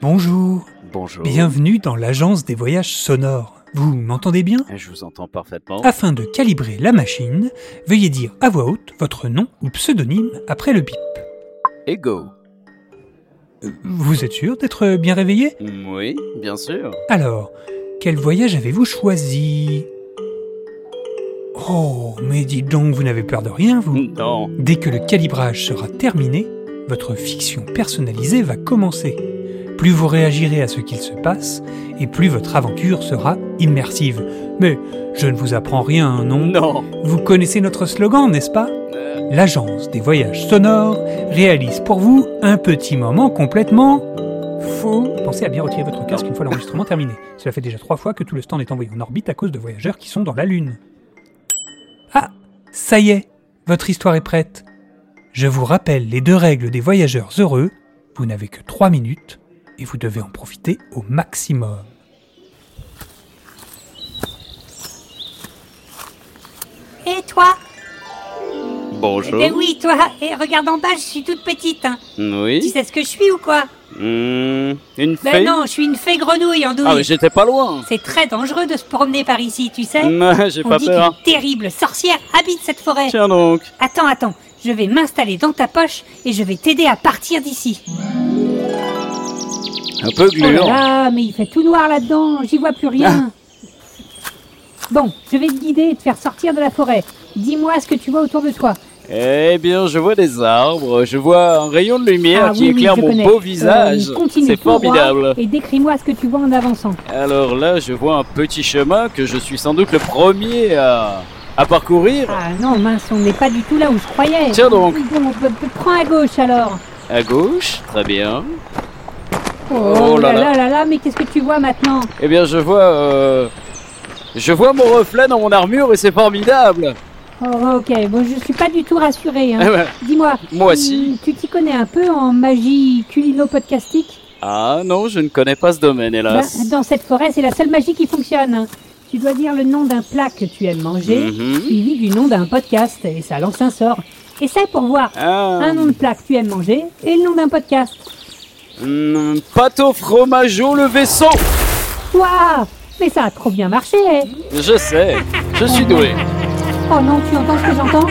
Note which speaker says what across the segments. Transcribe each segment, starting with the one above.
Speaker 1: Bonjour,
Speaker 2: Bonjour.
Speaker 1: bienvenue dans l'agence des voyages sonores. Vous m'entendez bien
Speaker 2: Eh, Je vous entends parfaitement.
Speaker 3: Ah.
Speaker 1: Afin de calibrer la machine, veuillez dire à voix haute votre nom ou pseudonyme après le bip.
Speaker 2: Et go.
Speaker 1: Euh, Vous êtes sûr d'être bien réveillé
Speaker 2: Oui, bien sûr.
Speaker 1: Alors, quel voyage avez-vous choisi Oh, mais dites donc, vous n'avez peur de rien, vous
Speaker 2: Non.
Speaker 1: Dès que le calibrage sera terminé, votre fiction personnalisée va commencer. Plus vous réagirez à ce qu'il se passe, et plus votre aventure sera immersive. Mais je ne vous apprends rien, non
Speaker 2: Non.
Speaker 1: Vous connaissez notre slogan, n'est-ce pas L'agence des voyages sonores réalise pour vous un petit moment complètement faux. Pensez à bien retirer votre casque une fois l'enregistrement terminé. Cela fait déjà trois fois que tout le stand est envoyé en orbite à cause de voyageurs qui sont dans la Lune. Ah, ça y est, votre histoire est prête. Je vous rappelle les deux règles des voyageurs heureux. Vous n'avez que trois minutes et vous devez en profiter au maximum.
Speaker 3: Et toi
Speaker 2: Bonjour.
Speaker 3: Eh oui, toi Et regarde en bas, je suis toute petite. hein. Tu
Speaker 2: Oui.
Speaker 3: sais ce que je suis ou quoi
Speaker 2: Hmm, une
Speaker 3: Ben
Speaker 2: fée.
Speaker 3: non, je suis une fée grenouille en
Speaker 2: ah, mais
Speaker 3: douille.
Speaker 2: j'étais pas loin.
Speaker 3: C'est très dangereux de se promener par ici, tu sais.
Speaker 2: Hmm, J'ai
Speaker 3: Eh, On
Speaker 2: pas
Speaker 3: dit
Speaker 2: peur.
Speaker 3: qu'une terrible sorcière habite cette forêt.
Speaker 2: Tiens donc.
Speaker 3: Attends, attends. Je vais m'installer dans ta poche et je vais t'aider à partir d'ici.
Speaker 2: Un peu
Speaker 3: Oh là
Speaker 2: gluant.
Speaker 3: là, mais il fait tout noir là-dedans, j'y vois plus rien.
Speaker 2: Ah.
Speaker 3: Bon, je vais te guider et te faire sortir de la forêt. Dis-moi ce que tu vois autour de toi.
Speaker 2: eh bien, je vois des arbres. Je vois un rayon de lumière
Speaker 3: Ah
Speaker 2: qui
Speaker 3: oui, oui,
Speaker 2: éclaire
Speaker 3: je
Speaker 2: mon
Speaker 3: connais.
Speaker 2: beau
Speaker 3: Euh,
Speaker 2: visage.
Speaker 3: continue
Speaker 2: C'est
Speaker 3: tout droit
Speaker 2: formidable.
Speaker 3: Et décris-moi ce que tu vois en avançant.
Speaker 2: Alors là, je vois un petit chemin que je suis sans doute le premier à, à parcourir.
Speaker 3: Ah non, mince, on n'est pas du tout là où je croyais.
Speaker 2: Tiens donc.
Speaker 3: Oui, bon, p- p- prends à gauche alors.
Speaker 2: À gauche, très bien.
Speaker 3: Oh,
Speaker 2: là là.
Speaker 3: là là là là, mais qu'est-ce que tu vois maintenant
Speaker 2: Eh bien, je vois. euh, Je vois mon reflet dans mon armure et c'est formidable.
Speaker 3: Oh ok, bon, je suis pas du tout rassurée.
Speaker 4: Ah.
Speaker 2: Eh
Speaker 3: Hein.
Speaker 2: ben,
Speaker 3: Dis-moi.
Speaker 2: Moi
Speaker 3: hum,
Speaker 2: aussi.
Speaker 3: Tu t'y connais un peu en magie culino-podcastique
Speaker 2: Ah non, je ne connais pas ce domaine, hélas.
Speaker 4: Bah,
Speaker 3: Ben, Dans cette forêt, c'est la seule magie qui fonctionne. hein. Tu dois dire le nom d'un plat que tu aimes manger,
Speaker 2: Mhm.
Speaker 3: suivi du nom d'un podcast, et ça lance un sort. Essaye pour voir.
Speaker 2: Ah,
Speaker 3: Un nom de plat que tu aimes manger et le nom d'un podcast.
Speaker 2: hmm, pâte au fromage au levé sans.
Speaker 3: Waouh Mais ça a trop bien marché hein.
Speaker 2: Je sais, je suis doué.
Speaker 3: Oh non, tu entends ce que j'entends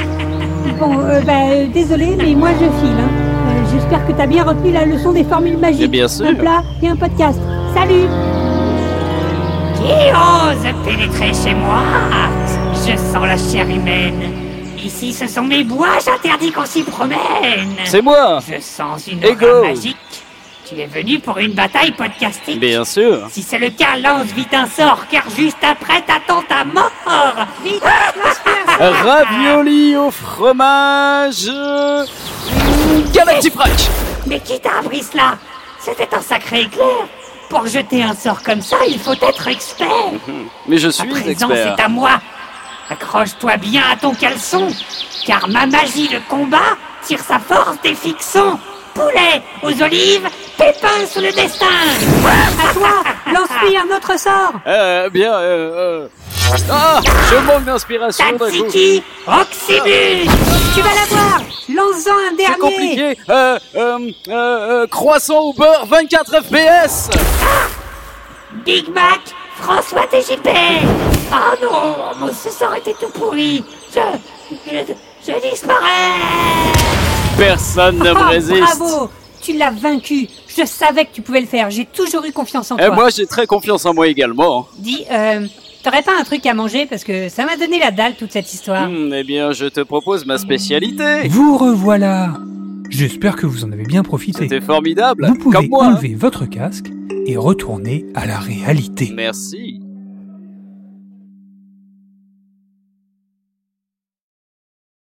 Speaker 3: Bon, euh, bah, euh, désolé, mais moi je file. hein. Euh, J'espère que t'as bien retenu la leçon des formules magiques.
Speaker 2: Mais Eh bien sûr.
Speaker 3: Un plat et un podcast. Salut
Speaker 4: Qui ose pénétrer chez moi Je sens la chair humaine. Ici, ce sont mes bois, j'interdis qu'on s'y promène.
Speaker 2: C'est moi,
Speaker 4: Je sens une
Speaker 2: Ego.
Speaker 4: aura magique. Tu es venu pour une bataille podcastique.
Speaker 2: bien sûr.
Speaker 4: Si c'est le cas, lance vite un sort, car juste après, t'attends ta mort. Vite
Speaker 2: Ravioli au fromage. euh, hmm, Galactic Frac.
Speaker 4: Mais qui t'a appris cela C'était un sacré éclair. Pour jeter un sort comme ça, il faut être expert.
Speaker 2: Mais je
Speaker 4: À
Speaker 2: suis
Speaker 4: présent,
Speaker 2: expert.
Speaker 4: c'est à moi. Accroche-toi bien à ton caleçon, car ma magie de combat tire sa force des fictions. Poulet aux olives, pépins sous le destin.
Speaker 3: À toi Lance-lui un autre sort
Speaker 2: Euh, bien. euh, euh, Ah, je manque d'inspiration. d'un coup.
Speaker 4: Tatsiki, Oxybus.
Speaker 3: Tu vas l'avoir Lance-en un dernier
Speaker 2: C'est compliqué. Euh, euh, euh, euh, croissant au beurre, 24 FPS.
Speaker 4: Big Mac, François TJP. Oh non, mon ce sort était tout pourri. Je, je, je disparais.
Speaker 2: Personne ne
Speaker 3: Oh,
Speaker 2: me résiste.
Speaker 3: bravo Tu l'as vaincu Je savais que tu pouvais le faire, j'ai toujours eu confiance en
Speaker 2: Et
Speaker 3: toi.
Speaker 2: Eh, moi, j'ai très confiance en moi également.
Speaker 3: Dis, euh, t'aurais pas un truc à manger parce que ça m'a donné la dalle toute cette histoire.
Speaker 2: Hmm, eh bien, je te propose ma spécialité.
Speaker 1: Ah. Vous revoilà J'espère que vous en avez bien profité.
Speaker 2: C'était formidable,
Speaker 1: Vous pouvez
Speaker 2: comme moi. hein.
Speaker 1: enlever votre casque et retourner à la réalité.
Speaker 2: Merci.